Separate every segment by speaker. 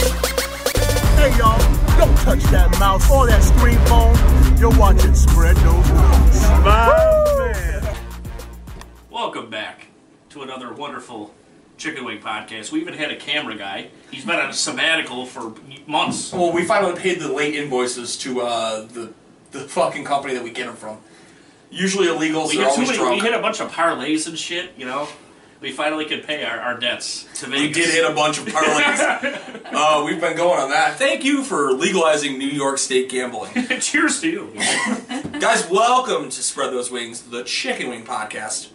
Speaker 1: Hey y'all, don't touch that mouse or that screen phone. You're watching Spread Those Rules.
Speaker 2: Welcome back to another wonderful Chicken Wing podcast. We even had a camera guy. He's been on a sabbatical for months.
Speaker 3: Well, we finally paid the late invoices to uh, the the fucking company that we get them from. Usually illegals
Speaker 2: We hit, too
Speaker 3: are always
Speaker 2: many, we
Speaker 3: drunk.
Speaker 2: hit a bunch of parlays and shit, you know. We finally could pay our, our debts to Vegas.
Speaker 3: We did hit a bunch of parlays. uh, we've been going on that. Thank you for legalizing New York State gambling,
Speaker 2: Cheers to you.
Speaker 3: guys. Welcome to Spread Those Wings, the Chicken Wing Podcast.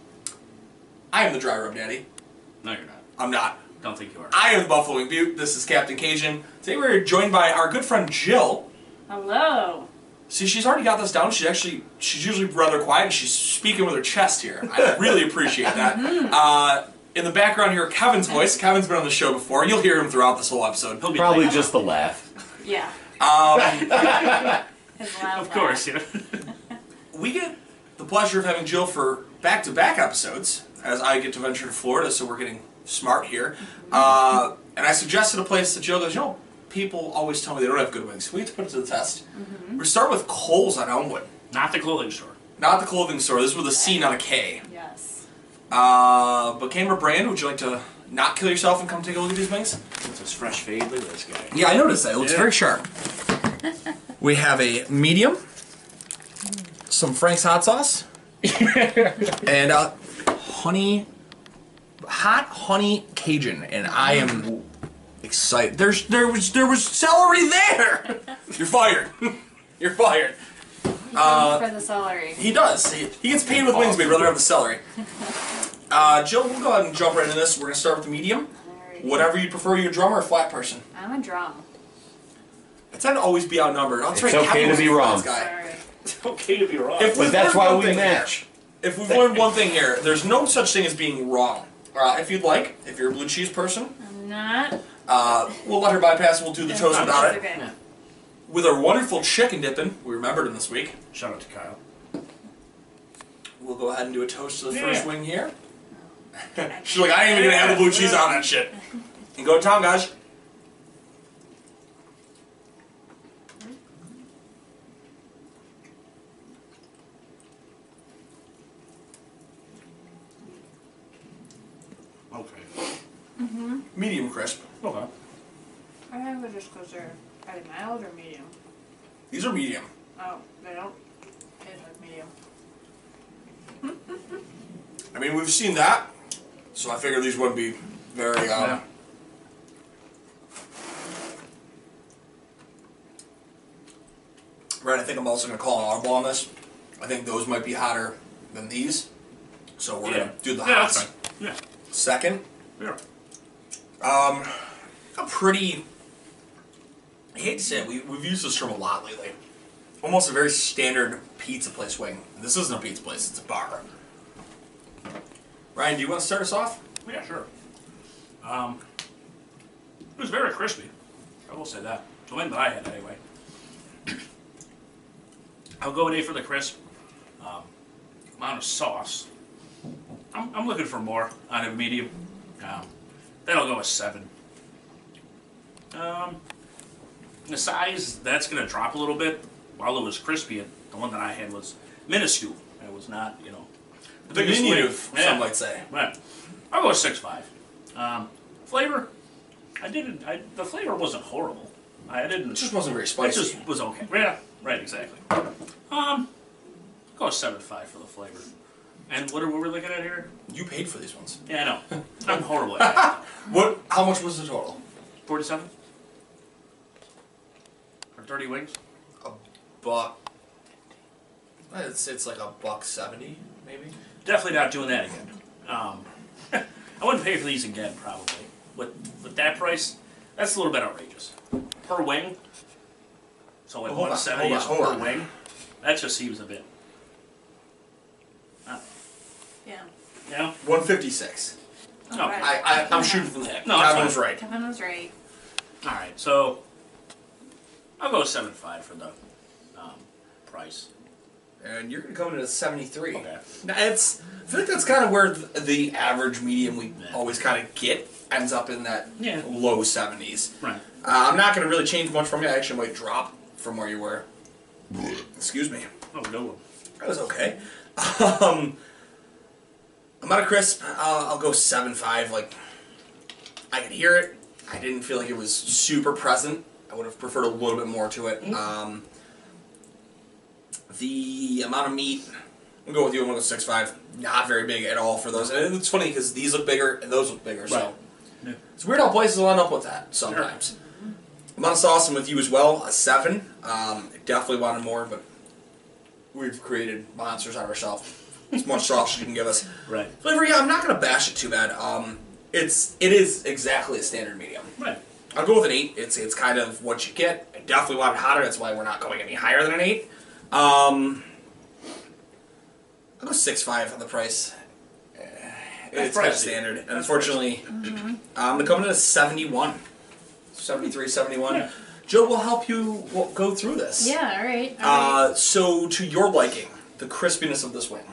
Speaker 3: I am the Dry Rub Daddy.
Speaker 2: No, you're not.
Speaker 3: I'm not.
Speaker 2: Don't think you are.
Speaker 3: I am the Buffalo Wing Butte. This is Captain Cajun. Today we're joined by our good friend Jill.
Speaker 4: Hello.
Speaker 3: See, she's already got this down. She actually, she's usually rather quiet, and she's speaking with her chest here. I really appreciate that. Uh, in the background here, Kevin's voice. Kevin's been on the show before. You'll hear him throughout this whole episode.
Speaker 2: He'll be
Speaker 5: Probably
Speaker 2: like,
Speaker 5: just the laugh.
Speaker 4: Yeah. Um. His loud
Speaker 2: Of course, you know.
Speaker 3: We get the pleasure of having Jill for back-to-back episodes, as I get to venture to Florida, so we're getting smart here. Uh, and I suggested a place that Jill goes, you know, people always tell me they don't have good wings. We have to put it to the test. We start with Cole's on Elmwood.
Speaker 2: Not the clothing store.
Speaker 3: Not the clothing store. This is with a C, not a K.
Speaker 4: Yes.
Speaker 3: Uh, but Cameron Brand, would you like to not kill yourself and come take a look at these wings?
Speaker 2: It's a fresh fade. Look at this guy.
Speaker 3: Yeah, I noticed that. It looks very sharp. we have a medium, some Frank's hot sauce, and uh, honey, hot honey Cajun. And I am excited. There's there was there was celery there. You're fired. You're fired. Uh,
Speaker 4: for the celery.
Speaker 3: He does. He, he gets paid with wings, but he'd rather have the celery. Uh, Jill, we'll go ahead and jump right into this. We're gonna start with the medium.
Speaker 4: Alright.
Speaker 3: Whatever you prefer, you're a drummer or a flat person.
Speaker 4: I'm a drum.
Speaker 3: I tend to always be outnumbered.
Speaker 5: It's
Speaker 3: That's right,
Speaker 5: okay
Speaker 3: Kevin
Speaker 5: to
Speaker 3: was
Speaker 5: be
Speaker 3: the
Speaker 5: wrong.
Speaker 3: last Guy.
Speaker 4: Sorry.
Speaker 2: Okay to be wrong.
Speaker 3: If
Speaker 5: But
Speaker 3: we've
Speaker 5: that's
Speaker 3: learned
Speaker 5: why
Speaker 3: one
Speaker 5: we
Speaker 3: thing here-
Speaker 5: match.
Speaker 3: if we've learned one thing here, there's no such thing as being wrong. Uh, if you'd like, if you're a blue cheese person,
Speaker 4: I'm not.
Speaker 3: uh, we'll let her bypass. We'll do the toast without
Speaker 4: It's
Speaker 3: it.
Speaker 4: Okay.
Speaker 2: Yeah.
Speaker 3: With our wonderful chicken dipping, we remembered him this week.
Speaker 2: Shout out to Kyle.
Speaker 3: We'll go ahead and do a toast to the
Speaker 2: Yeah.
Speaker 3: first wing here. She's like, I ain't even gonna have the blue cheese on that shit. And go to town, guys.
Speaker 2: Okay.
Speaker 3: Medium crisp.
Speaker 2: Okay.
Speaker 4: I think we just because they're are they mild or medium.
Speaker 3: These are medium.
Speaker 4: Oh, they don't taste like medium.
Speaker 3: I mean, we've seen that, so I figured these wouldn't be very. Um,
Speaker 2: Yeah.
Speaker 3: Right, I think I'm also gonna call an audible on this. I think those might be hotter than these, so we're
Speaker 2: Yeah.
Speaker 3: gonna do the
Speaker 2: Yeah,
Speaker 3: hot
Speaker 2: that's-
Speaker 3: thing.
Speaker 2: Yeah.
Speaker 3: second.
Speaker 2: Yeah.
Speaker 3: Um, a pretty. I hate to say it, we, we've used this term a lot lately. Almost a very standard pizza place wing. This isn't a pizza place; it's a bar. Ryan, do you want to start us off?
Speaker 2: Oh, Yeah, sure. Um, it was very crispy. I will say that. The one that I had, anyway. I'll go an A for the crisp. Um, amount of sauce. I'm, I'm looking for more on a medium. Um, then I'll go a seven. Um, the size that's gonna drop a little bit. While it was crispy, it- the one that I had was minuscule. It was not, you know, the biggest
Speaker 3: Diminutive,
Speaker 2: wing.
Speaker 3: some
Speaker 2: Yeah.
Speaker 3: might say.
Speaker 2: Right. I'll go six five. Um, flavor, I didn't. I, the flavor wasn't horrible. I didn't.
Speaker 3: It just wasn't very
Speaker 2: it
Speaker 3: spicy.
Speaker 2: just was okay. Yeah. Right. Exactly. Um, go seven five for the flavor. And what are what we're looking at here?
Speaker 3: You paid for these ones.
Speaker 2: Yeah, I know. I'm horrible at that.
Speaker 3: What? How much was the total?
Speaker 2: 47? Or 30 wings?
Speaker 3: A buck. It's it's like a buck seventy, maybe.
Speaker 2: Definitely not doing that again. Um, I wouldn't pay for these again, probably. With, with that price, that's a little bit outrageous. Per wing? So like
Speaker 3: Hold on,
Speaker 2: 170
Speaker 3: hold on,
Speaker 2: is
Speaker 3: hold
Speaker 2: per
Speaker 3: on.
Speaker 2: wing? That just seems a bit,
Speaker 4: Yeah.
Speaker 2: you know?
Speaker 3: One fifty six.
Speaker 2: No.
Speaker 4: Alright.
Speaker 3: I, I I'm shooting for the heck.
Speaker 2: No,
Speaker 3: I
Speaker 2: it's
Speaker 3: was right.
Speaker 4: Kevin was right.
Speaker 2: Alright, so I'll go 7.5 for the um, price.
Speaker 3: And you're gonna come in at seventy three.
Speaker 2: Okay.
Speaker 3: Now, it's I feel like that's kind of where th- the average medium we
Speaker 2: Yeah.
Speaker 3: always kind of get ends up in that
Speaker 2: Yeah.
Speaker 3: low seventies.
Speaker 2: Right.
Speaker 3: Uh, I'm not gonna really change much from you. I actually might drop from where you were. Excuse me.
Speaker 2: Oh, no one.
Speaker 3: That was okay. Um, I'm out of crisp. I'll, I'll go seven five. Like I could hear it. I didn't feel like it was super present. I would have preferred a little bit more to it. Um, the amount of meat. I'll go with you. I'm gonna go six five. Not very big at all for those. And it's funny because these look bigger and those look bigger.
Speaker 2: Right.
Speaker 3: So
Speaker 2: Yeah.
Speaker 3: it's weird how places line up with that sometimes. Amount of sauce and with you as well, a seven. Um, definitely wanted more, but we've created monsters out of ourselves. As much sauce as you can give us.
Speaker 2: Right.
Speaker 3: Flavor, yeah, I'm not gonna bash it too bad. Um, it's it is exactly a standard medium.
Speaker 2: Right.
Speaker 3: I'll go with an eight. It's it's kind of what you get. I definitely want it hotter. That's why we're not going any higher than an eight. Um, I'll go six five on the price. Eh, It's kind of
Speaker 2: pricey.
Speaker 3: standard. And
Speaker 2: That's
Speaker 3: unfortunately, I'm um, coming in at 71. 73, 71.
Speaker 2: Yeah.
Speaker 3: Joe will help you w- go through this.
Speaker 4: Yeah, alright.
Speaker 3: Uh, so, to your liking, the crispiness of this wing.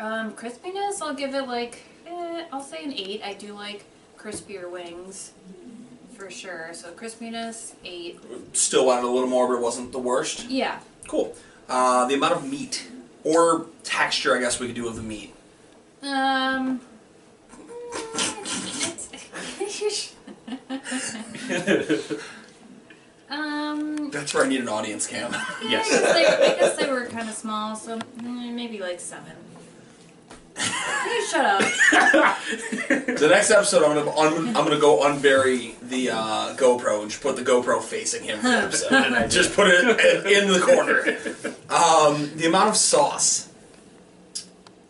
Speaker 4: um, crispiness, I'll give it like, eh, I'll say an 8. I do like crispier wings for sure. So crispiness, 8.
Speaker 3: Still wanted a little more, but it wasn't the worst.
Speaker 4: Yeah.
Speaker 3: Cool. Uh, the amount of meat, or texture, I guess we could do of the meat.
Speaker 4: Um. it's- um.
Speaker 3: That's where I need an audience cam.
Speaker 4: I
Speaker 2: Yes.
Speaker 4: guess, they, I guess they were kind of small, so mm, maybe like seven. You shut up.
Speaker 3: the next episode, I'm gonna un- I'm gonna go unbury the uh, GoPro and just put the GoPro facing him for the episode. just put it in the corner. Um, the amount of sauce.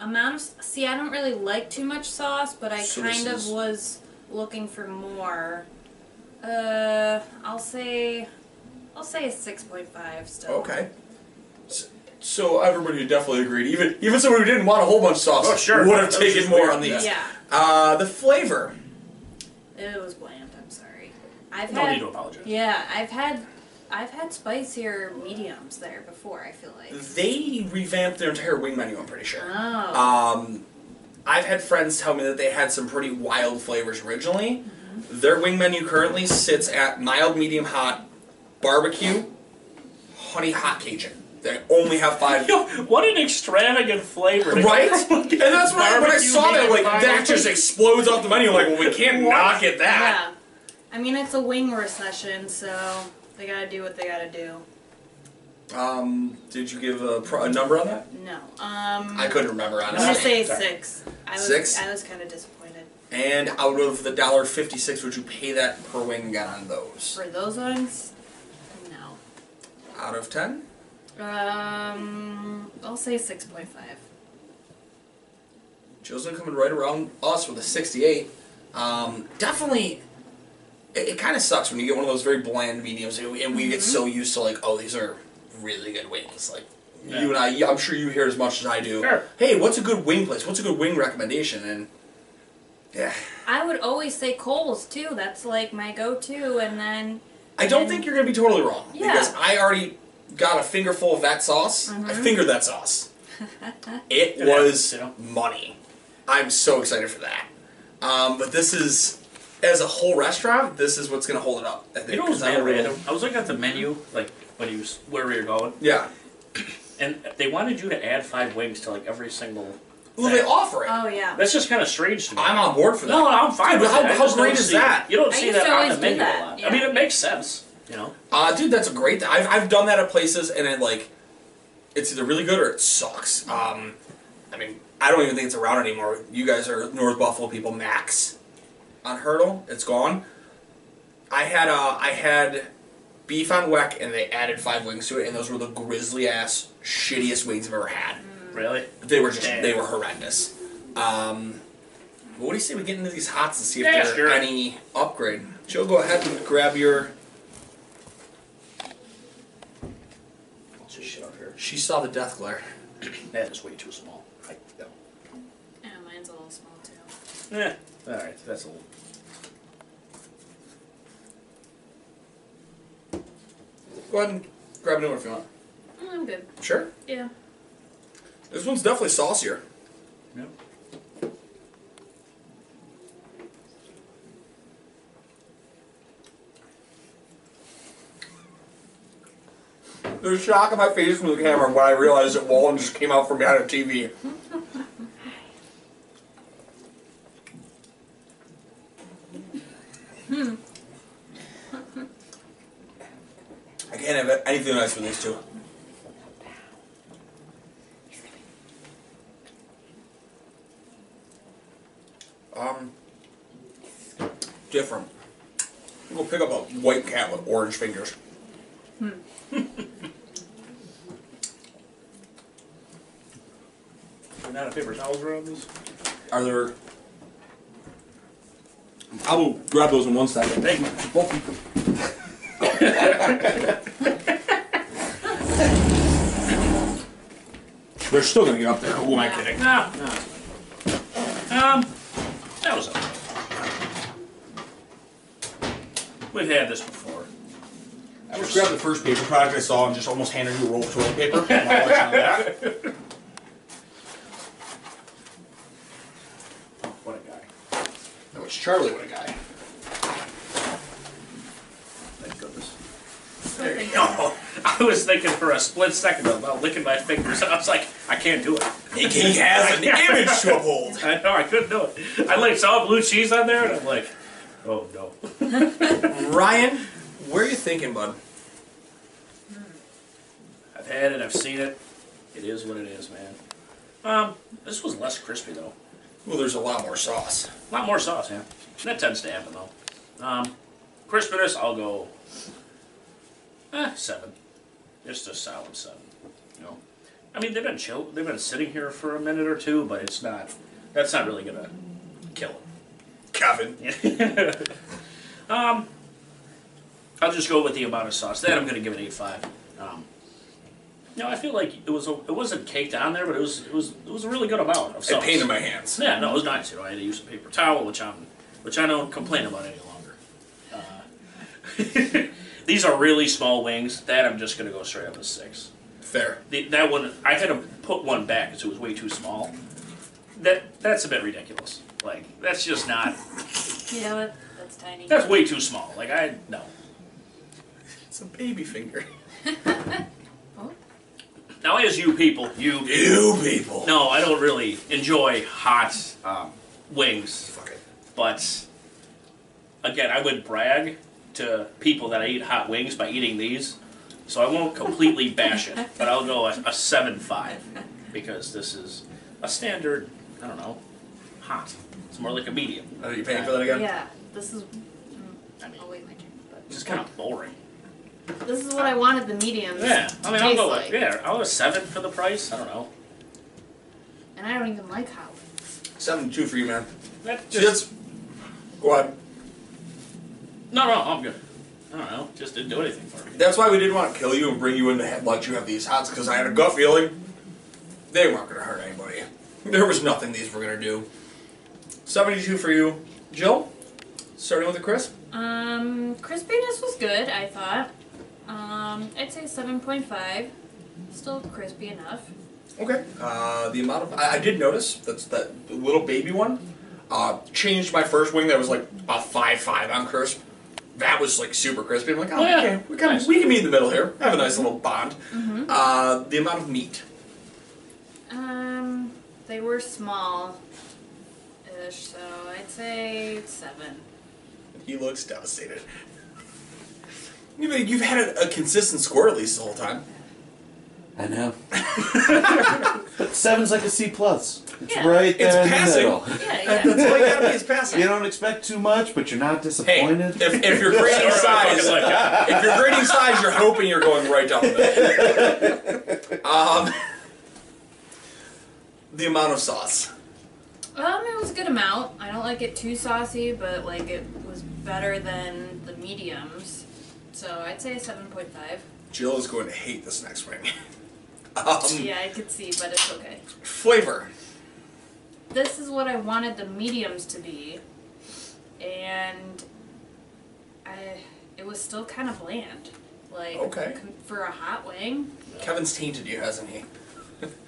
Speaker 4: Amount of s- see, I don't really like too much sauce, but I
Speaker 3: So this
Speaker 4: kind of
Speaker 3: is-
Speaker 4: was looking for more. Uh, I'll say, I'll say a six point five still.
Speaker 3: Okay. S- So everybody would definitely agreed. Even even somebody who didn't want a whole bunch of sauce
Speaker 2: Oh, sure.
Speaker 3: would have
Speaker 2: That was
Speaker 3: taken
Speaker 2: just
Speaker 3: more
Speaker 2: weird.
Speaker 3: on these.
Speaker 4: Yeah,
Speaker 3: Uh, the flavor.
Speaker 4: it was bland. I'm sorry. I've
Speaker 2: No
Speaker 4: had
Speaker 2: need to apologize.
Speaker 4: Yeah, I've had I've had spicier mediums there before, I feel like.
Speaker 3: They revamped their entire wing menu. I'm pretty sure.
Speaker 4: Oh.
Speaker 3: Um, I've had friends tell me that they had some pretty wild flavors originally.
Speaker 2: Mm-hmm.
Speaker 3: Their wing menu currently sits at mild, medium, hot, barbecue, honey hot Cajun. They only have five.
Speaker 2: Yo, what an extravagant flavor.
Speaker 3: Right? and that's when I, when I
Speaker 2: Barbecue,
Speaker 3: saw that,
Speaker 2: medium,
Speaker 3: like,
Speaker 2: hot.
Speaker 3: that just explodes off the menu. I'm like, well, we can't not get that.
Speaker 4: yeah. I mean it's a wing recession, so they gotta do what they gotta do.
Speaker 3: Um, did you give a, pro- a number on that?
Speaker 4: No. Um
Speaker 2: Mm-hmm.
Speaker 3: I couldn't remember,
Speaker 4: I'm
Speaker 3: honestly.
Speaker 4: gonna say
Speaker 3: Sorry.
Speaker 4: six. I was
Speaker 3: Six?
Speaker 4: I was kinda disappointed.
Speaker 3: And out of the dollar fifty-six, would you pay that per wing on those?
Speaker 4: For those ones, no.
Speaker 3: Out of ten?
Speaker 4: Um I'll say six point five.
Speaker 3: Joseph coming right around us with a 68. Um, definitely, it, it kind of sucks when you get one of those very bland mediums, and we, and we get so used to like, oh, these are really good wings. Like
Speaker 2: Yeah.
Speaker 3: you and I, yeah, I'm sure you hear as much as I do.
Speaker 2: Sure.
Speaker 3: Hey, what's a good wing place? What's a good wing recommendation? And yeah,
Speaker 4: I would always say Coles too, that's like my go to and then
Speaker 3: I don't
Speaker 4: And-
Speaker 3: think you're gonna be totally wrong
Speaker 4: Yeah.
Speaker 3: because I already got a fingerful of that sauce. I
Speaker 4: Uh-huh.
Speaker 3: fingered that sauce. it
Speaker 2: It
Speaker 3: was
Speaker 2: happens,
Speaker 3: money. I'm so excited for that. Um, but this is, as a whole restaurant, this is what's gonna hold it up. I think,
Speaker 2: You know what was
Speaker 3: 'cause I
Speaker 2: mad
Speaker 3: don't really-
Speaker 2: random? I was looking at the menu, like when he was where we were going,
Speaker 3: Yeah.
Speaker 2: and they wanted you to add five wings to like every single.
Speaker 3: Well, they
Speaker 2: thing.
Speaker 3: offer it.
Speaker 4: oh yeah.
Speaker 2: That's just kind of strange to me.
Speaker 3: I'm on board for that.
Speaker 2: no, I'm fine
Speaker 3: Dude,
Speaker 2: with
Speaker 3: how-
Speaker 2: it. I
Speaker 3: how
Speaker 2: just don't
Speaker 3: great is
Speaker 2: see-
Speaker 3: that?
Speaker 2: You don't
Speaker 4: I
Speaker 2: see
Speaker 4: used
Speaker 2: that
Speaker 4: to
Speaker 2: on
Speaker 4: always
Speaker 2: the
Speaker 4: do
Speaker 2: menu
Speaker 4: that,
Speaker 2: a lot.
Speaker 4: yeah.
Speaker 2: I mean, it makes sense. You know,
Speaker 3: Uh, dude, that's a great. I've I've done that at places, and it like, it's either really good or it sucks. Um, I mean, I don't even think it's around anymore. You guys are North Buffalo people, max. On hurdle, it's gone. I had uh, I had beef on weck, and they added five wings to it, and those were the grizzly ass shittiest wings I've ever had.
Speaker 4: Mm.
Speaker 2: Really?
Speaker 3: They were just
Speaker 2: Damn.
Speaker 3: they were horrendous. Um, what do you say we get into these hots and see if
Speaker 2: Yeah,
Speaker 3: there's
Speaker 2: sure.
Speaker 3: any upgrade? Joe, go ahead and grab your.
Speaker 2: What's this shit up here?
Speaker 3: She saw the death glare.
Speaker 2: That is way too small. I, no.
Speaker 4: Oh, mine's a little small too.
Speaker 2: Eh. All right, that's a little.
Speaker 3: Go ahead and grab a new one if you want.
Speaker 4: Mm, I'm good.
Speaker 3: Sure.
Speaker 4: Yeah.
Speaker 3: This one's definitely saucier.
Speaker 2: Yep.
Speaker 3: The shock on my face from the camera when I realized that Wallen just came out from behind a TV. I can't have anything nice with these two. Um, different. I'm gonna pick up a white cat with orange fingers.
Speaker 2: We're not a paper towels around these.
Speaker 3: Are there? I will grab those in one second.
Speaker 2: Thank you.
Speaker 3: They're still gonna get up there. Who am I kidding?
Speaker 2: No, no. Um, that was okay. We've had this before.
Speaker 3: I just grabbed the first paper product I saw and just almost handed you a roll of toilet paper. Am I watching that?
Speaker 2: What a guy.
Speaker 3: No, it's Charlie. What a guy.
Speaker 2: Thank goodness.
Speaker 4: Still thinking.
Speaker 2: No, I was thinking for a split second about licking my fingers, and I was like, I can't do it.
Speaker 3: He, he has an image to uphold.
Speaker 2: I know I couldn't do it. I like saw blue cheese on there, and I'm like, oh no.
Speaker 3: Ryan, where are you thinking, bud?
Speaker 2: I've had it. I've seen it. It is what it is, man. Um, this was less crispy though.
Speaker 3: Well, there's a lot more sauce.
Speaker 2: A lot more sauce, man. That tends to happen though. Um, crispiness, I'll go eh, seven. Just a solid seven. You know, I mean they've been chill. They've been sitting here for a minute or two, but it's not. That's not really gonna kill
Speaker 3: Kevin,
Speaker 2: it. um, I'll just go with the amount of sauce. That I'm gonna give it eight five. Um, no, I feel like it was a, it wasn't caked on there, but it was it was it was a really good amount of
Speaker 3: it
Speaker 2: sauce.
Speaker 3: painted my hands.
Speaker 2: Yeah, no, it was nice. You know, I had to use a paper towel, which I'm, which I don't complain about any longer. Uh, these are really small wings. That I'm just gonna go straight up a six.
Speaker 3: Fair.
Speaker 2: The, that one, I had to put one back because it was way too small. That that's a bit ridiculous. Like that's just not.
Speaker 4: You know what? That's tiny.
Speaker 2: That's way too small. Like I no.
Speaker 3: It's a baby finger.
Speaker 4: Oh,
Speaker 2: Now as you people, you
Speaker 3: You people.
Speaker 2: No, I don't really enjoy hot um, wings.
Speaker 3: Fuck it.
Speaker 2: But again, I would brag to people that I eat hot wings by eating these. So I won't completely bash it, but I'll go a, a seven five because this is a standard. I don't know, hot. It's more like a medium.
Speaker 3: Are you paying for that again?
Speaker 4: yeah. This is. mm,
Speaker 2: I mean,
Speaker 4: I'll wait my turn.
Speaker 2: it's just kind of boring.
Speaker 4: But this is what I wanted the mediums.
Speaker 2: Yeah, I mean,
Speaker 4: to
Speaker 2: I'll
Speaker 4: taste
Speaker 2: go.
Speaker 4: like.
Speaker 2: Yeah, I'll go seven for the price. I don't know.
Speaker 4: And I don't even like hot wings.
Speaker 3: Seven two for you, man.
Speaker 2: That
Speaker 3: See,
Speaker 2: just
Speaker 3: that's. Go ahead.
Speaker 2: no, no, I'm good. I don't know. Just didn't do anything for me.
Speaker 3: That's why we didn't want to kill you and bring you in to have- let you have these hots, because I had a gut feeling they weren't going to hurt anybody. There was nothing these were going to do. 72 for you. Jill, starting with a crisp.
Speaker 4: Um, crispiness was good. I thought. Um, I'd say seven point five. Still crispy enough.
Speaker 3: Okay. Uh, the amount of. I, I did notice that's that little baby one uh, changed my first wing that was like a 5 5 on crisp. That was like super crispy. I'm like, oh,
Speaker 2: Oh, yeah.
Speaker 3: okay. We, kind
Speaker 2: Nice.
Speaker 3: of, we can be in the middle here. Have a nice little bond. Uh, the amount of meat.
Speaker 4: Um, they were small. Ish. So I'd say seven.
Speaker 3: He looks devastated. You mean you've had a, a consistent score at least the whole time?
Speaker 5: I know. Seven's like a C plus. It's
Speaker 4: Yeah.
Speaker 5: right
Speaker 3: It's
Speaker 5: there in the
Speaker 3: passing.
Speaker 5: middle.
Speaker 4: Yeah,
Speaker 3: That's
Speaker 4: yeah.
Speaker 3: all you gotta be is passing.
Speaker 5: You don't expect too much, but you're not
Speaker 3: Hey,
Speaker 5: disappointed.
Speaker 3: if, if you're grading size, if you're grading size, you're hoping you're going right down the middle. Um, the amount of sauce.
Speaker 4: Um, it was a good amount. I don't like it too saucy, but like it was better than the mediums. So I'd say seven point five.
Speaker 3: Jill is going to hate this next wing. Um,
Speaker 4: Yeah, I could see, but it's okay.
Speaker 3: Flavor.
Speaker 4: This is what I wanted the mediums to be, and I it was still kind of bland. Like
Speaker 3: Okay.
Speaker 4: com- for a hot wing.
Speaker 3: Kevin's tainted you, hasn't he?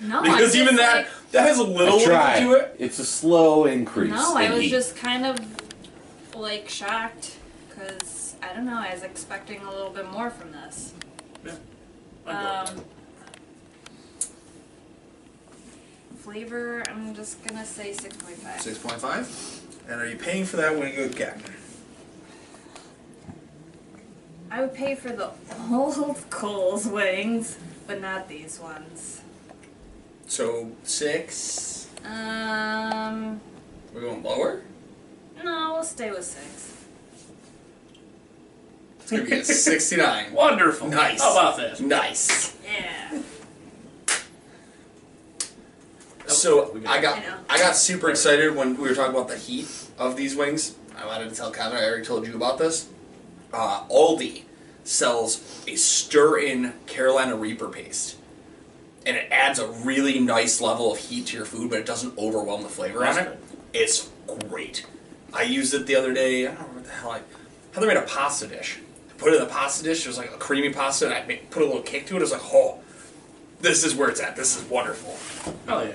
Speaker 4: No, Oh, I
Speaker 3: Because
Speaker 4: just,
Speaker 3: even that,
Speaker 4: like-
Speaker 3: that has a little
Speaker 5: I try.
Speaker 3: to it.
Speaker 5: It's a slow increase.
Speaker 4: No, I
Speaker 5: in
Speaker 4: was
Speaker 5: heat.
Speaker 4: just kind of like shocked because I don't know. I was expecting a little bit more from this. Um, flavor, I'm just gonna say six point five.
Speaker 3: 6.5. And are you paying for that wing again?
Speaker 4: I would pay for the old Coles wings, but not these ones.
Speaker 3: So, 6.
Speaker 4: Um,
Speaker 3: We're going lower?
Speaker 4: no, we'll stay with six.
Speaker 3: It's going to be a 69.
Speaker 2: Wonderful.
Speaker 3: Nice.
Speaker 2: How about that?
Speaker 3: Nice.
Speaker 4: Yeah.
Speaker 2: Oh,
Speaker 3: So I got
Speaker 4: I know.
Speaker 3: I got super excited when we were talking about the heat of these wings. I wanted to tell Kevin. I already told you about this. Uh, Aldi sells a stir-in Carolina Reaper paste, and it adds a really nice level of heat to your food, but it doesn't overwhelm the flavor on
Speaker 2: That's
Speaker 3: it. It's great. I used it the other day. I don't remember what the hell I. Heather made a pasta dish. I put it in the pasta dish. It was like a creamy pasta, and I made, put a little kick to it. It was like, oh, this is where it's at. This is wonderful,
Speaker 2: Oh yeah.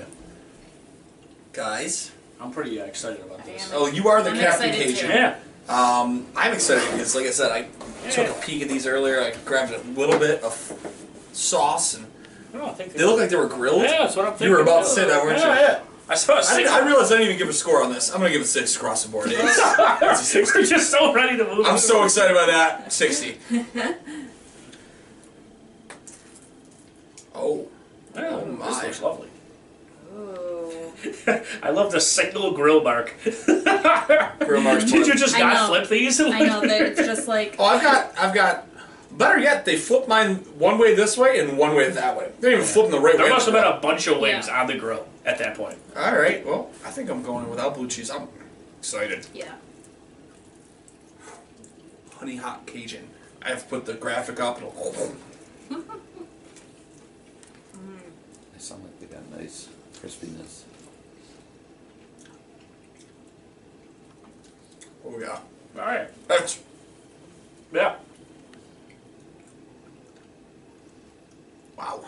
Speaker 3: guys.
Speaker 2: I'm pretty uh, excited about this.
Speaker 3: Oh, you are the
Speaker 4: I'm
Speaker 3: captain
Speaker 4: excited
Speaker 3: Cajun.
Speaker 4: too.
Speaker 2: Yeah.
Speaker 3: Um, I'm excited because, like I said, I took a peek at these earlier. I grabbed a little bit of sauce, and
Speaker 2: No, I think
Speaker 3: they look like they were grilled.
Speaker 2: Yeah, that's what I'm thinking.
Speaker 3: You were about to say that, weren't you?
Speaker 2: yeah, Yeah. I saw a
Speaker 3: I,
Speaker 2: six.
Speaker 3: didn't, I realized I didn't even give a score on this. I'm gonna give it six across the board. It's-
Speaker 2: we're just so ready to move.
Speaker 3: I'm
Speaker 2: on.
Speaker 3: so excited about that. Sixty. Oh,
Speaker 2: Yeah,
Speaker 3: Oh
Speaker 2: This
Speaker 3: my.
Speaker 2: looks lovely.
Speaker 4: Ooh.
Speaker 2: I love the single grill mark.
Speaker 3: grill marks.
Speaker 2: Did you just
Speaker 4: I
Speaker 2: not
Speaker 4: know.
Speaker 2: flip these?
Speaker 4: I know that it's just like
Speaker 3: Oh, I've got, I've got. Better yet, they flipped mine one way this way and one way that way. They're even flipping the right way.
Speaker 2: There must have been a bunch of wings
Speaker 4: Yeah.
Speaker 2: on the grill at that point.
Speaker 3: All right. Well, I think I'm going without blue cheese. I'm excited.
Speaker 4: yeah.
Speaker 3: honey hot Cajun. I've put the graphic up. It'll
Speaker 6: They sound like they got nice crispiness.
Speaker 3: oh yeah,
Speaker 2: All right.
Speaker 3: that's
Speaker 2: Yeah.
Speaker 3: wow.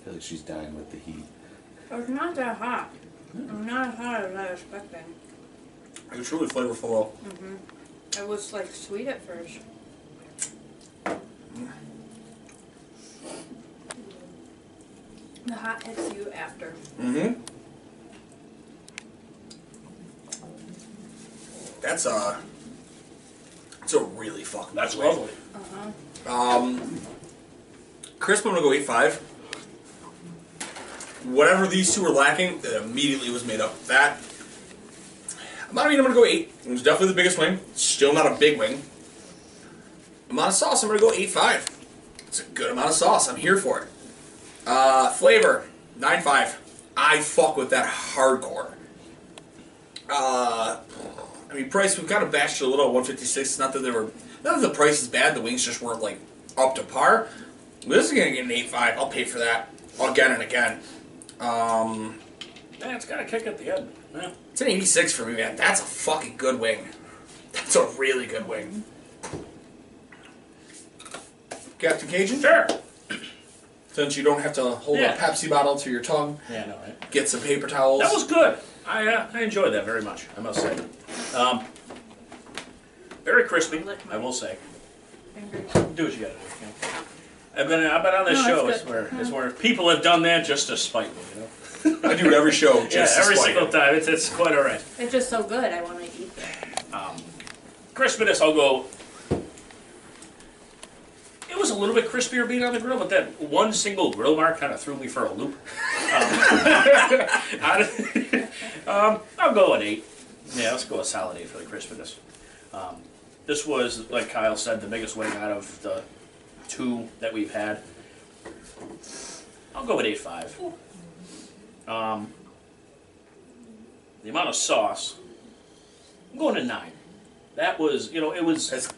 Speaker 6: I feel like she's dying with the heat.
Speaker 4: It's not that hot. I'm not as hot as I was expecting.
Speaker 3: It's really flavorful.
Speaker 4: It was like sweet at first. The hot hits you after.
Speaker 3: Mm-hmm. That's a. It's a really fucking.
Speaker 2: That's
Speaker 3: good wing.
Speaker 2: lovely.
Speaker 3: Um, crisp. I'm gonna go eight five. Whatever these two were lacking, it immediately was made up. That. I'm not even gonna go eight. It was definitely the biggest wing. Still not a big wing. Amount of sauce. I'm gonna go eight five. It's a good amount of sauce. I'm here for it. Uh, flavor nine five. I fuck with that hardcore. Uh, I mean, price we've kind of bashed it a little at 156. Not that they were, not that the price is bad. The wings just weren't like up to par. This is gonna get an 8.5. I'll pay for that again and again. Um,
Speaker 2: Yeah, it's got a kick at the end. Yeah.
Speaker 3: it's an 86 for me, man. That's a fucking good wing. That's a really good wing. Captain Cajun,
Speaker 2: Sure.
Speaker 3: since you don't have to hold
Speaker 2: Yeah.
Speaker 3: a Pepsi bottle to your tongue,
Speaker 2: Yeah, no, right.
Speaker 3: get some paper towels.
Speaker 2: That was good. I uh, I enjoyed that very much. I must say. Um, very crispy. I will say. Do what you gotta do. you know. I've been I've been on this
Speaker 4: No,
Speaker 2: show.
Speaker 4: that's
Speaker 2: It's where it's where people have done that just to spite me. You know.
Speaker 3: I do it every show.
Speaker 2: Yeah,
Speaker 3: Just
Speaker 2: every
Speaker 3: to spite
Speaker 2: single
Speaker 3: you.
Speaker 2: time. It's it's quite all right.
Speaker 4: It's just so good. I want to eat
Speaker 2: crispiness, I'll go. It was a little bit crispier being on the grill, but then one single grill mark kind of threw me for a loop. Um, I- um, I'll go an eight. Yeah, let's go a solid eight for the crispiness. Um, this was, like Kyle said, the biggest wing out of the two that we've had. I'll go with eight five. Um, the amount of sauce, I'm going to nine. That was, you know, it was.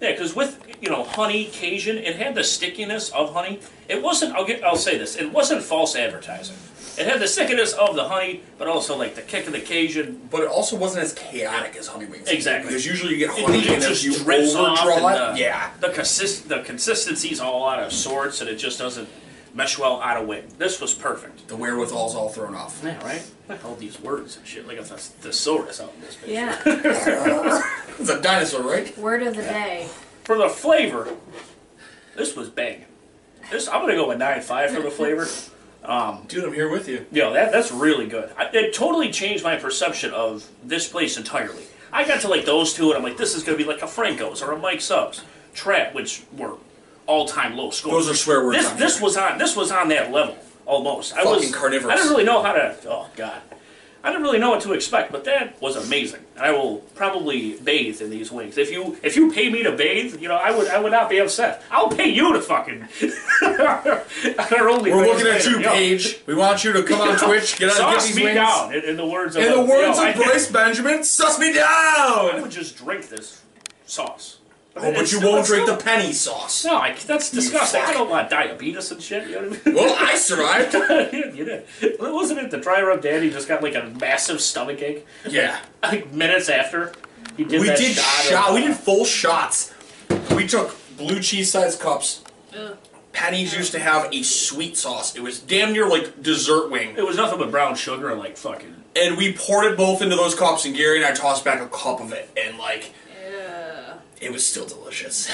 Speaker 2: yeah, because with you know honey Cajun, it had the stickiness of honey. It wasn't. I'll get. I'll say this. It wasn't false advertising. It had the stickiness of the honey, but also like the kick of the Cajun.
Speaker 3: But it also wasn't as chaotic as honey wings.
Speaker 2: Exactly.
Speaker 3: Because usually you get
Speaker 2: It
Speaker 3: honey and
Speaker 2: just
Speaker 3: if you
Speaker 2: drips off
Speaker 3: overdraw
Speaker 2: and uh,
Speaker 3: it,
Speaker 2: the-
Speaker 3: yeah.
Speaker 2: The consist the consistency's all out of sorts, and it just doesn't mesh well out of wing. This was perfect.
Speaker 3: The wherewithal's all thrown off.
Speaker 2: Yeah, right. All these words and shit like a thes- thesaurus out in this bitch.
Speaker 4: Yeah.
Speaker 3: It's a dinosaur, right?
Speaker 4: Word of the day.
Speaker 2: For the flavor, this was bang. This I'm gonna go with nine five for the flavor.
Speaker 3: Dude, I'm here with you.
Speaker 2: Yo, that that's really good. I, it totally changed my perception of this place entirely. I got to like those two, and I'm like, this is gonna be like a Franco's or a Mike Subs trap, which were all time low scores.
Speaker 3: Those are swear words
Speaker 2: This
Speaker 3: on
Speaker 2: this
Speaker 3: here.
Speaker 2: was on this was on that level almost. I was
Speaker 3: Fucking carnivorous.
Speaker 2: I didn't really know how to. Oh god, I didn't really know what to expect, but that was amazing. And I will probably bathe in these wings. If you if you pay me to bathe, you know I would I would not be upset. I'll pay you to fucking. Our only
Speaker 3: We're looking at
Speaker 2: later.
Speaker 3: you,
Speaker 2: Yo.
Speaker 3: Paige. We want you to come on Twitch, get out and
Speaker 2: Sauce
Speaker 3: get these
Speaker 2: me
Speaker 3: wings.
Speaker 2: down, in, in the words of
Speaker 3: In the
Speaker 2: a-
Speaker 3: words
Speaker 2: yo, I-
Speaker 3: of Bryce Benjamin, suss me
Speaker 2: I
Speaker 3: down!
Speaker 2: would just drink this sauce.
Speaker 3: Oh, but
Speaker 2: it's
Speaker 3: you
Speaker 2: still-
Speaker 3: won't
Speaker 2: it's
Speaker 3: drink the
Speaker 2: still-
Speaker 3: penny sauce.
Speaker 2: No, I, that's disgusting. I
Speaker 3: fuck.
Speaker 2: don't want diabetes and shit. You know what I mean?
Speaker 3: Well, I survived.
Speaker 2: you did. Well, Wasn't it the dry rub daddy just got like a massive stomach ache?
Speaker 3: Yeah.
Speaker 2: Like minutes after he did
Speaker 3: we
Speaker 2: that
Speaker 3: did
Speaker 2: shot. of-
Speaker 3: shot. We did full shots. We took blue cheese sized cups.
Speaker 4: Ugh.
Speaker 3: Pennies used to have a sweet sauce. It was damn near like dessert wing.
Speaker 2: It was nothing but brown sugar and like fucking.
Speaker 3: And we poured it both into those cups, and Gary and I tossed back a cup of it, and like
Speaker 4: Yeah.
Speaker 3: it was still delicious.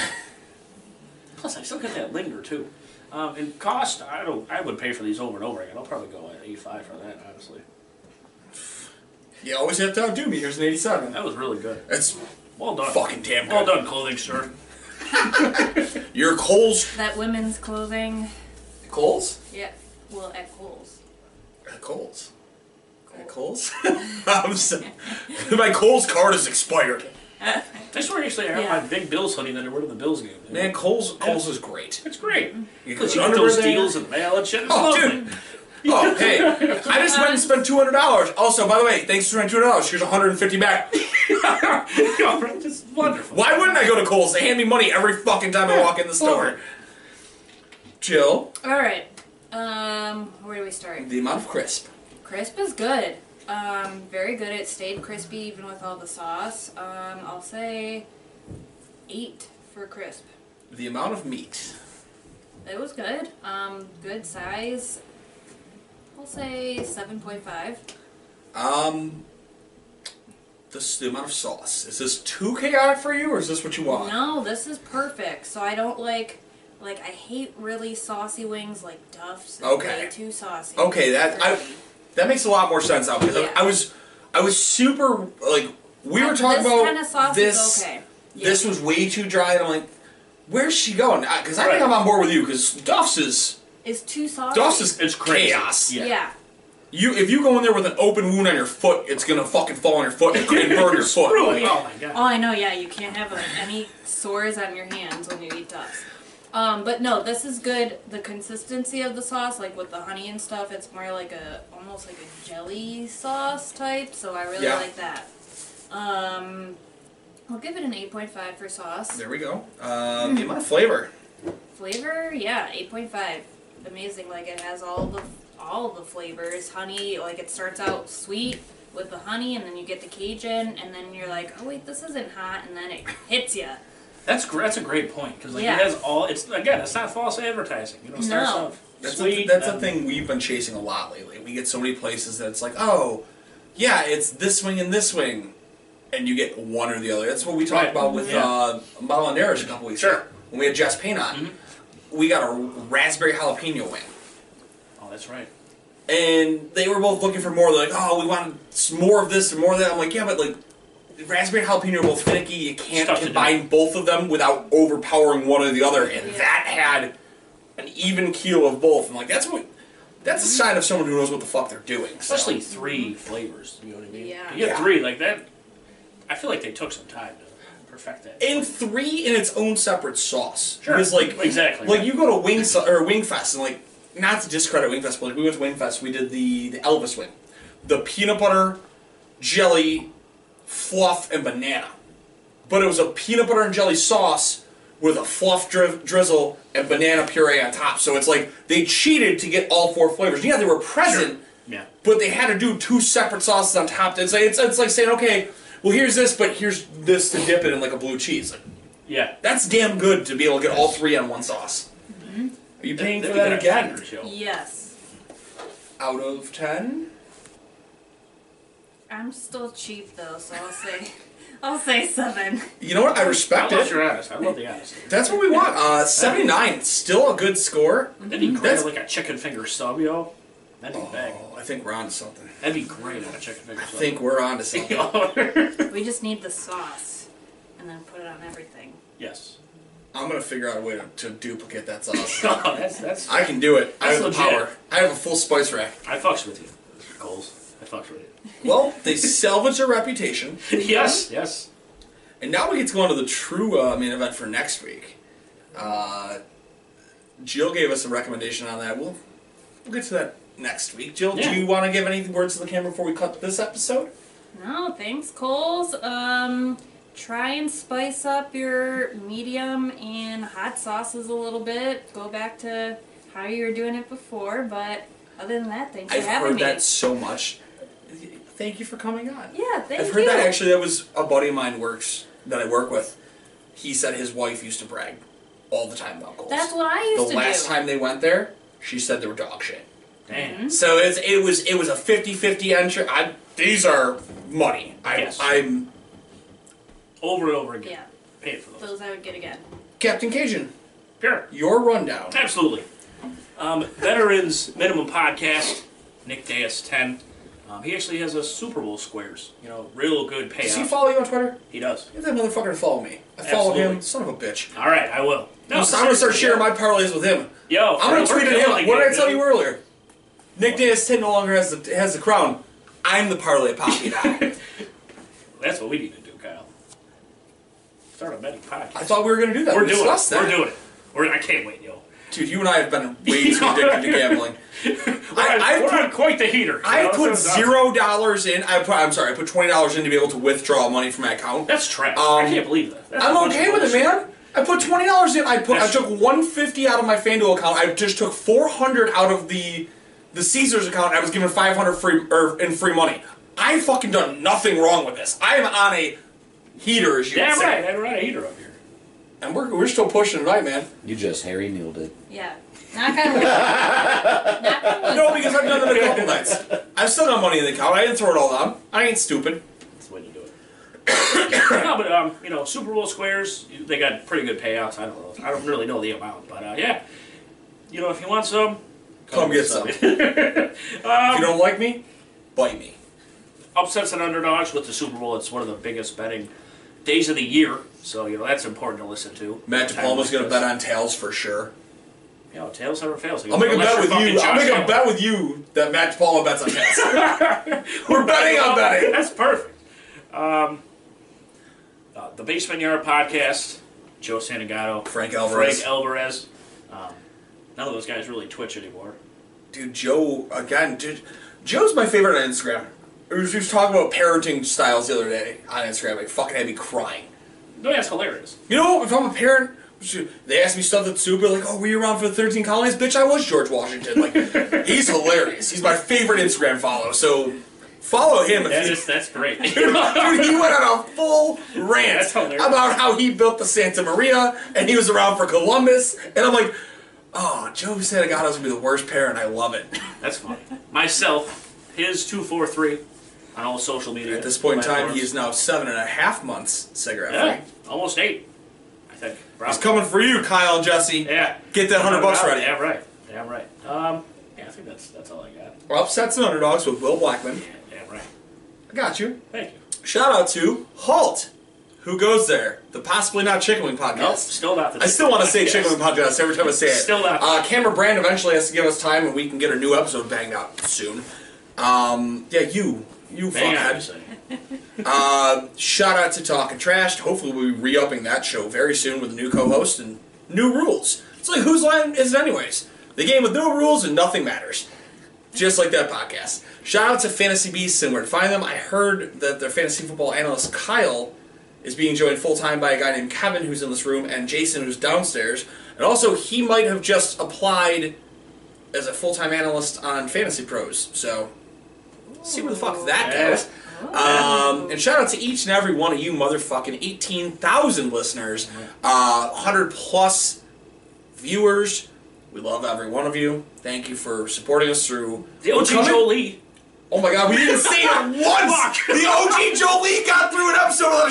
Speaker 2: Plus, I still get that linger too. Um, and cost, I don't. I would pay for these over and over again. I'll probably go at eight five for that. Honestly,
Speaker 3: you always have to outdo me. Here's an eighty-seven.
Speaker 2: that was really good.
Speaker 3: It's
Speaker 2: Well done.
Speaker 3: fucking damn
Speaker 2: Well
Speaker 3: good.
Speaker 2: done, clothing sir.
Speaker 3: Your Coles,
Speaker 4: That women's clothing.
Speaker 3: Coles,
Speaker 4: Yeah. Well, at Kohl's.
Speaker 3: Uh, Coles, Uh, Coles. I'm so- My Coles card is expired.
Speaker 2: That's where actually I got
Speaker 4: Yeah.
Speaker 2: my big Bills hoodie that I wore to the Bills game. dude.
Speaker 3: Man, Coles, Coles is great.
Speaker 2: It's great.
Speaker 4: Mm-hmm.
Speaker 3: You
Speaker 2: Because
Speaker 3: got
Speaker 2: you get
Speaker 3: underwear
Speaker 2: those
Speaker 3: there.
Speaker 2: deals in the mail and shit. It's
Speaker 3: Oh,
Speaker 2: lovely.
Speaker 3: dude. Oh, hey. I just went and spent two hundred dollars. Also, by the way, thanks for spending two hundred dollars. Here's one hundred and fifty back.
Speaker 2: You know, right? It's wonderful.
Speaker 3: Why wouldn't I go to Kohl's? They hand me money every fucking time I walk in the store. Oh. Jill,
Speaker 4: All right. Um, where do we start?
Speaker 3: the amount of crisp.
Speaker 4: Crisp is good. Um, very good. It stayed crispy even with all the sauce. Um, I'll say eight for crisp.
Speaker 3: The amount of meat.
Speaker 4: It was good. Um, good size. I'll say seven point five.
Speaker 3: Um this the amount of sauce. Is this too chaotic for you or is this what you want?
Speaker 4: No, this is perfect. So I don't like, like I hate really saucy wings like Duff's. It's
Speaker 3: Okay.
Speaker 4: way too saucy.
Speaker 3: Okay, that I that makes a lot more sense now because I-
Speaker 4: Yeah.
Speaker 3: I was I was super like we were talking
Speaker 4: this
Speaker 3: about
Speaker 4: kind of sauce
Speaker 3: this
Speaker 4: Is okay. Yeah.
Speaker 3: this was way too dry, and I'm like, where's she going? Because I, think
Speaker 2: Right.
Speaker 3: I'm on board with you. Because Duff's is
Speaker 4: is too saucy.
Speaker 3: Duff's is
Speaker 2: It's crazy.
Speaker 3: chaos.
Speaker 2: Yeah.
Speaker 4: yeah.
Speaker 3: You if you go in there with an open wound on your foot, it's gonna fucking fall on your foot and and burn your foot.
Speaker 2: Really?
Speaker 3: Like,
Speaker 2: Oh my god.
Speaker 4: Oh, I know. Yeah, you can't have like, any sores on your hands when you eat ducks. Um, but no, this is good. The consistency of the sauce, like with the honey and stuff, it's more like a almost like a jelly sauce type. So I really
Speaker 3: Yeah.
Speaker 4: like that. Um, I'll give it an eight point five for sauce.
Speaker 3: There we go. Um, The amount of flavor.
Speaker 4: Flavor, yeah, eight point five. Amazing. Like it has all the all the flavors. Honey, like it starts out sweet with the honey, and then you get the Cajun, and then you're like, oh wait, this isn't hot, and then it hits you.
Speaker 2: That's gr- that's a great point because like
Speaker 4: Yeah.
Speaker 2: it has all. It's again, it's not false advertising. You know, it starts
Speaker 4: No.
Speaker 2: off
Speaker 3: That's
Speaker 2: sweet.
Speaker 3: a, that's a
Speaker 2: then-
Speaker 3: thing we've been chasing a lot lately. We get so many places that it's like, oh, yeah, it's this wing and this wing, and you get one or the other. That's what we talked
Speaker 2: Right.
Speaker 3: about with
Speaker 2: Yeah.
Speaker 3: uh, Malanderas a couple weeks
Speaker 2: Sure.
Speaker 3: ago when we had Jess Payne on.
Speaker 2: Mm-hmm.
Speaker 3: We got a raspberry jalapeno wing.
Speaker 2: Oh, that's right.
Speaker 3: and they were both looking for more. They're like, oh, we want s- more of this and more of that. I'm like, yeah, but like, raspberry and jalapeno are both finicky. You can't
Speaker 2: Stuff to
Speaker 3: combine both of them without overpowering one or the other, and
Speaker 4: Yeah.
Speaker 3: that had an even keel of both. I'm like, that's what. That's a sign of someone who knows what the fuck they're doing. so.
Speaker 2: Especially three flavors. You know what I mean?
Speaker 4: mm-hmm. Yeah.
Speaker 2: You get
Speaker 3: Yeah.
Speaker 2: three like that. I feel like they took some time to perfect that.
Speaker 3: and three in its own separate sauce.
Speaker 2: Sure.
Speaker 3: Because like
Speaker 2: Exactly.
Speaker 3: Like you go to Wing or Wingfest and like not to discredit Wingfest, but like we went to Wingfest, we did the, the Elvis wing. The peanut butter, jelly, fluff, and banana. But it was a peanut butter and jelly sauce with a fluff dri- drizzle and banana puree on top. So it's like they cheated to get all four flavors. Yeah, they were present,
Speaker 2: yeah.
Speaker 3: but they had to do two separate sauces on top. It's like it's, it's like saying, okay, well here's this, but here's this to dip it in like a blue cheese. Like,
Speaker 2: Yeah.
Speaker 3: that's damn good to be able to get all three on one sauce. Are you paying for that again?
Speaker 4: Yes.
Speaker 3: Out of ten?
Speaker 4: I'm still cheap though, so I'll say I'll say seven.
Speaker 3: You know what? I
Speaker 2: I
Speaker 3: respect
Speaker 2: love
Speaker 3: it.
Speaker 2: your honest. I love the honesty.
Speaker 3: That's what we want. Uh, Seventy-nine, still a good score.
Speaker 2: That'd be great
Speaker 3: That's-
Speaker 2: on, like a chicken finger sub, yo. That'd be big.
Speaker 3: Oh, I think we're on to something.
Speaker 2: That'd be great on a chicken finger
Speaker 3: I
Speaker 2: sub.
Speaker 3: think we're on to something.
Speaker 4: We just need the sauce and then put it on everything.
Speaker 2: yes.
Speaker 3: I'm gonna figure out a way to, to duplicate that sauce.
Speaker 2: Oh, that's that's.
Speaker 3: I can do it. I
Speaker 2: That's
Speaker 3: have the
Speaker 2: legit.
Speaker 3: power. I have a full spice rack.
Speaker 2: I fucks with you, Coles. I fucks with
Speaker 3: Well, they salvage their reputation,
Speaker 2: you. yes. Yes.
Speaker 3: and now we get to go on to the true uh, main event for next week. Uh, Jill gave us a recommendation on that. We'll we'll get to that next week. Jill,
Speaker 2: Yeah.
Speaker 3: do you want to give any words to the camera before we cut this episode?
Speaker 4: No, thanks, Coles. Um, try and spice up your medium and hot sauces a little bit. Go back to how you were doing it before, but other than that, thanks
Speaker 3: I've
Speaker 4: for having
Speaker 3: heard
Speaker 4: me.
Speaker 3: that so much. Thank you for coming on.
Speaker 4: Yeah, thank
Speaker 3: I've heard
Speaker 4: you.
Speaker 3: that actually. That was a buddy of mine works that I work with. He said his wife used to brag all the time about goals.
Speaker 4: That's what I used
Speaker 3: the
Speaker 4: to
Speaker 3: last
Speaker 4: do.
Speaker 3: time they went there, she said they were dog shit.
Speaker 4: Mm-hmm.
Speaker 2: Damn.
Speaker 3: So it's, it was it was a 50-50 entry. I, these are money. I,
Speaker 2: Yes.
Speaker 3: I'm
Speaker 2: Over and over again.
Speaker 4: Yeah,
Speaker 2: Pay for those.
Speaker 4: those I would get again.
Speaker 3: Captain Cajun.
Speaker 2: Sure.
Speaker 3: Your rundown.
Speaker 2: Absolutely. Um, Veterans Minimum Podcast, Nick Deus 10. Um, he actually has a Super Bowl squares. You know, real good payout.
Speaker 3: Does he follow you on Twitter?
Speaker 2: He does.
Speaker 3: Get that motherfucker to follow me. I follow
Speaker 2: Absolutely.
Speaker 3: him. Son of a bitch.
Speaker 2: All right, I will. No,
Speaker 3: I'm gonna start
Speaker 2: seriously,
Speaker 3: sharing
Speaker 2: yeah.
Speaker 3: my parlays with him.
Speaker 2: Yo,
Speaker 3: I'm gonna
Speaker 2: we're
Speaker 3: tweet at him.
Speaker 2: killing
Speaker 3: What
Speaker 2: it,
Speaker 3: did I tell
Speaker 2: dude.
Speaker 3: you earlier? Nick Diaz ten no longer has the has the crown. I'm the parlay poppy now.
Speaker 2: That's what we need to do, Kyle. Start a betting podcast.
Speaker 3: I thought we were gonna do that.
Speaker 2: we're
Speaker 3: We
Speaker 2: doing it.
Speaker 3: discussed
Speaker 2: We're
Speaker 3: that.
Speaker 2: doing it. We're, I can't wait, yo.
Speaker 3: Dude, you and I have been way too addicted to gambling.
Speaker 2: We're, on-
Speaker 3: I
Speaker 2: we're
Speaker 3: put-
Speaker 2: on quite the heater. you
Speaker 3: I
Speaker 2: know,
Speaker 3: put
Speaker 2: so it's awesome.
Speaker 3: zero dollars in. I put, I'm sorry. I put twenty dollars in to be able to withdraw money from my account.
Speaker 2: That's trash. I
Speaker 3: Um,
Speaker 2: can't believe that. That's a
Speaker 3: I'm
Speaker 2: bunch
Speaker 3: okay
Speaker 2: of
Speaker 3: with it,
Speaker 2: bullshit.
Speaker 3: man. I put twenty dollars in. I put. I
Speaker 2: That's-
Speaker 3: took one fifty out of my FanDuel account. I just took four hundred out of the the Caesars account. I was given five hundred free or in free money. I fucking done nothing wrong with this. I am on a heater, as you would
Speaker 2: Damn
Speaker 3: say.
Speaker 2: right. I don't a heater up here.
Speaker 3: and we're, we're still pushing it, right, man?
Speaker 6: You just Harry Nealed it.
Speaker 4: Yeah. Knock on wood. Knock on wood.
Speaker 3: No, because I've done it a couple nights. I've still got money in the account. I didn't throw it all down. I ain't stupid.
Speaker 2: That's the way to do it. no, but um, you know, Super Bowl squares, they got pretty good payouts. I don't know. I don't really know the amount, but uh, yeah, you know, if you want some,
Speaker 3: Come get some. if you
Speaker 2: Um,
Speaker 3: don't like me, bite me.
Speaker 2: upsets and underdogs with the Super Bowl. It's one of the biggest betting days of the year, so you know that's important to listen to.
Speaker 3: Matt DePalma's gonna bet on tails for sure.
Speaker 2: You know, tails never fails.
Speaker 3: I'll make a
Speaker 2: Unless
Speaker 3: bet
Speaker 2: you're
Speaker 3: with
Speaker 2: fucking
Speaker 3: you. I'll
Speaker 2: Josh
Speaker 3: make a
Speaker 2: Allen.
Speaker 3: bet with you that Matt DePalma bets on tails. We're betting on betting.
Speaker 2: That's perfect. Um, uh, the Basement Yard podcast, Joe Santagato,
Speaker 3: Frank Alvarez.
Speaker 2: Frank Alvarez. Um, none of those guys really twitch anymore.
Speaker 3: Dude, Joe again. Dude, Joe's my favorite on Instagram. He was, he was talking about parenting styles the other day on Instagram. It fucking had me crying.
Speaker 2: No, that's hilarious.
Speaker 3: You know, if I'm a parent, shoot, they ask me stuff that's super like, "Oh, were you around for the 13 colonies?" Bitch, I was George Washington. Like, he's hilarious. He's my favorite Instagram follow. So, follow him.
Speaker 2: That
Speaker 3: If you,
Speaker 2: is, that's great.
Speaker 3: Dude, he went on a full rant
Speaker 2: That's hilarious.
Speaker 3: about how he built the Santa Maria and he was around for Columbus. And I'm like, oh, Joe Santagato's gonna be the worst parent. I love it.
Speaker 2: that's funny. Myself, his two four three on all social media.
Speaker 3: At this point in time,
Speaker 2: platforms.
Speaker 3: he is now seven and a half months cigarette
Speaker 2: yeah,
Speaker 3: free.
Speaker 2: almost eight. I think.
Speaker 3: He's coming for you, Kyle and Jesse.
Speaker 2: Yeah.
Speaker 3: Get that hundred bucks ready.
Speaker 2: Damn right. Damn right. Um, yeah, I think that's that's all I got.
Speaker 3: Upsets and underdogs with Will Blackman.
Speaker 2: Yeah, damn right.
Speaker 3: I got you.
Speaker 2: Thank you.
Speaker 3: Shout out to Halt, who goes there? The possibly not chicken wing podcast.
Speaker 2: Nope, still not the
Speaker 3: I still want to say
Speaker 2: Yes.
Speaker 3: chicken wing podcast every time I say it.
Speaker 2: Still not.
Speaker 3: Uh, Cameron Brand eventually has to give us time, and we can get a new episode banged out soon. Um, yeah, you, you
Speaker 2: Hang on a
Speaker 3: fuckhead.
Speaker 2: second.
Speaker 3: Uh, shout out to Talking Trash. Hopefully, we'll be re-upping that show very soon with a new co-host and new rules. It's like whose line is it, anyways? The game with no rules and nothing matters, just like that podcast. Shout out to Fantasy Beasts and where to find them. I heard that their fantasy football analyst Kyle is being joined full time by a guy named Kevin who's in this room and Jason who's downstairs, and also he might have just applied as a full time analyst on Fantasy Pros. So, see where the fuck that
Speaker 2: Yeah.
Speaker 3: goes. Um, and shout out to each and every one of you motherfucking 18,000 listeners, uh, 100 plus viewers. We love every one of you. Thank you for supporting us through.
Speaker 2: The OG
Speaker 3: Homecoming.
Speaker 2: Jolie.
Speaker 3: Oh my god, we didn't say it once!
Speaker 2: Fuck.
Speaker 3: the OG Jolie got through an episode without a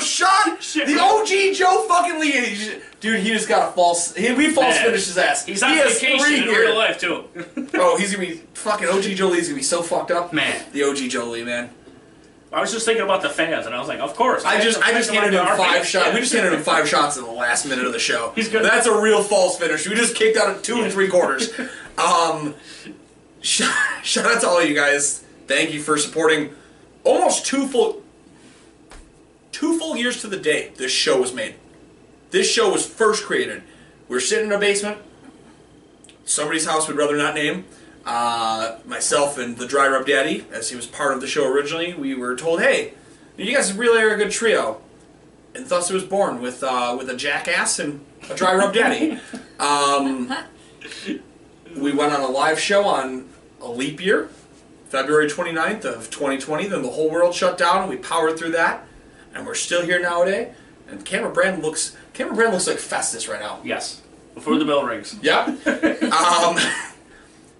Speaker 3: shot!
Speaker 2: Shit.
Speaker 3: The OG Joe fucking Lee. Dude, he just got a false. He, we false
Speaker 2: Man.
Speaker 3: finished his ass.
Speaker 2: He's on
Speaker 3: he has three
Speaker 2: vacation in
Speaker 3: here.
Speaker 2: real life too.
Speaker 3: Oh, he's gonna be. Fucking OG Jolie's gonna be so fucked up.
Speaker 2: Man.
Speaker 3: The OG Jolie, man.
Speaker 2: I was just thinking about the fans, and I was like, of course.
Speaker 3: I just I just handed him
Speaker 2: Our
Speaker 3: five
Speaker 2: fans.
Speaker 3: shots. We just handed him five shots in the last minute of the show.
Speaker 2: He's good.
Speaker 3: That's a real false finish. We just kicked out at two and three quarters. Um, sh- shout out to all you guys. Thank you for supporting almost two full two full years to the day this show was made. This show was first created. We were sitting in a basement, somebody's house we'd rather not name. Uh, myself and the dry rub daddy, as he was part of the show originally, we were told, "Hey, you guys really are a good trio," and thus it was born with uh, with a jackass and a dry rub daddy. Um, we went on a live show on a leap year, February 29th of 2020. Then the whole world shut down, and we powered through that, and we're still here nowadays. And Cameron Brand looks Cameron Brand looks like Festus right now.
Speaker 2: Yes. Before the bell rings.
Speaker 3: Yeah. um,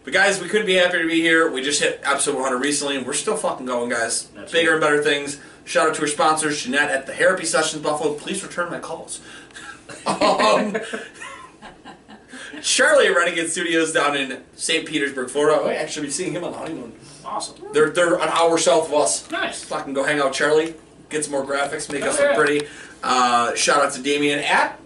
Speaker 3: but guys, we couldn't be happier to be here. We just hit episode 100 recently, and we're still fucking going, guys.
Speaker 2: That's
Speaker 3: Bigger
Speaker 2: right.
Speaker 3: and better things. Shout out to our sponsors, Jeanette at the Therapy Sessions Buffalo. Please return my calls. um, Charlie at Renegade Studios down in St. Petersburg, Florida. Oh, I actually be seeing him on the honeymoon.
Speaker 2: Awesome.
Speaker 3: They're they're an hour south of us.
Speaker 2: Nice.
Speaker 3: Fucking go hang out, with Charlie. Get some more graphics. Make us
Speaker 2: Oh,
Speaker 3: look
Speaker 2: yeah.
Speaker 3: pretty. Uh, shout out to Damien at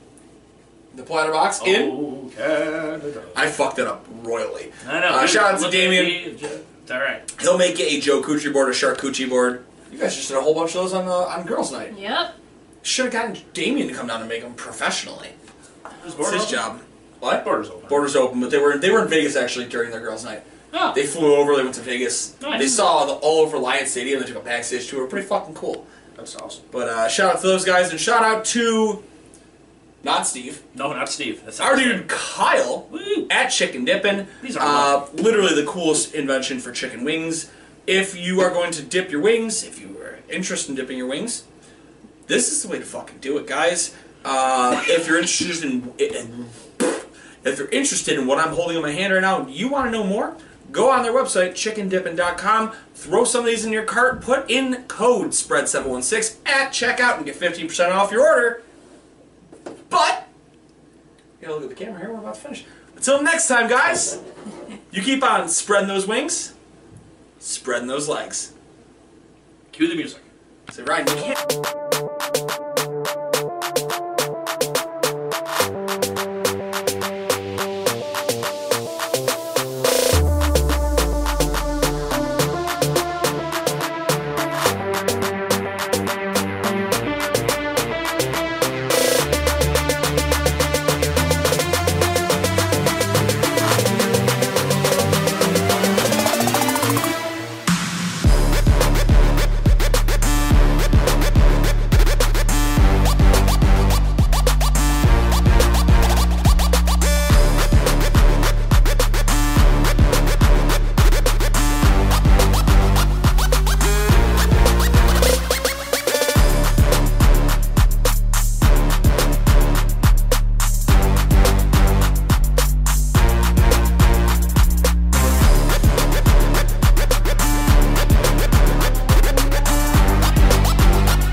Speaker 3: the Platter Box in.
Speaker 2: Oh, Canada.
Speaker 3: I fucked it up royally.
Speaker 2: I know.
Speaker 3: Uh,
Speaker 2: dude,
Speaker 3: shout out to
Speaker 2: look at
Speaker 3: Damien.
Speaker 2: me. It's all right.
Speaker 3: He'll make you a Joe Cucci board, a Shark Cucci board. You guys just did a whole bunch of those on uh, on girls' night.
Speaker 4: Yep.
Speaker 3: Should have gotten Damien to come down and make them professionally. It's his job. What?
Speaker 2: Borders open.
Speaker 3: Borders open, but they were they were in Vegas actually during their girls' night.
Speaker 2: Oh.
Speaker 3: They flew over. They went to Vegas.
Speaker 2: Nice.
Speaker 3: They saw the all over Lions Stadium. They took a backstage tour. Pretty fucking cool.
Speaker 2: That's awesome.
Speaker 3: But uh, shout out to those guys and shout out to not Steve,
Speaker 2: No, not Steve. That's not
Speaker 3: our
Speaker 2: Steve.
Speaker 3: dude Kyle
Speaker 2: Woo.
Speaker 3: at Chicken Dippin'.
Speaker 2: These are
Speaker 3: uh, literally the coolest invention for chicken wings. If you are going to dip your wings, if you are interested in dipping your wings, this is the way to fucking do it, guys. Uh, if you're interested in, in- if you're interested in what I'm holding in my hand right now, and you want to know more, go on their website chickendippin.com. Throw some of these in your cart. Put in code spread seven one six at checkout and get fifteen percent off your order. But gotta look at the camera here. We're about to finish. Until next time, guys. You keep on spreading those wings, spreading those legs.
Speaker 2: Cue the music.
Speaker 3: Say, Ryan, you can't.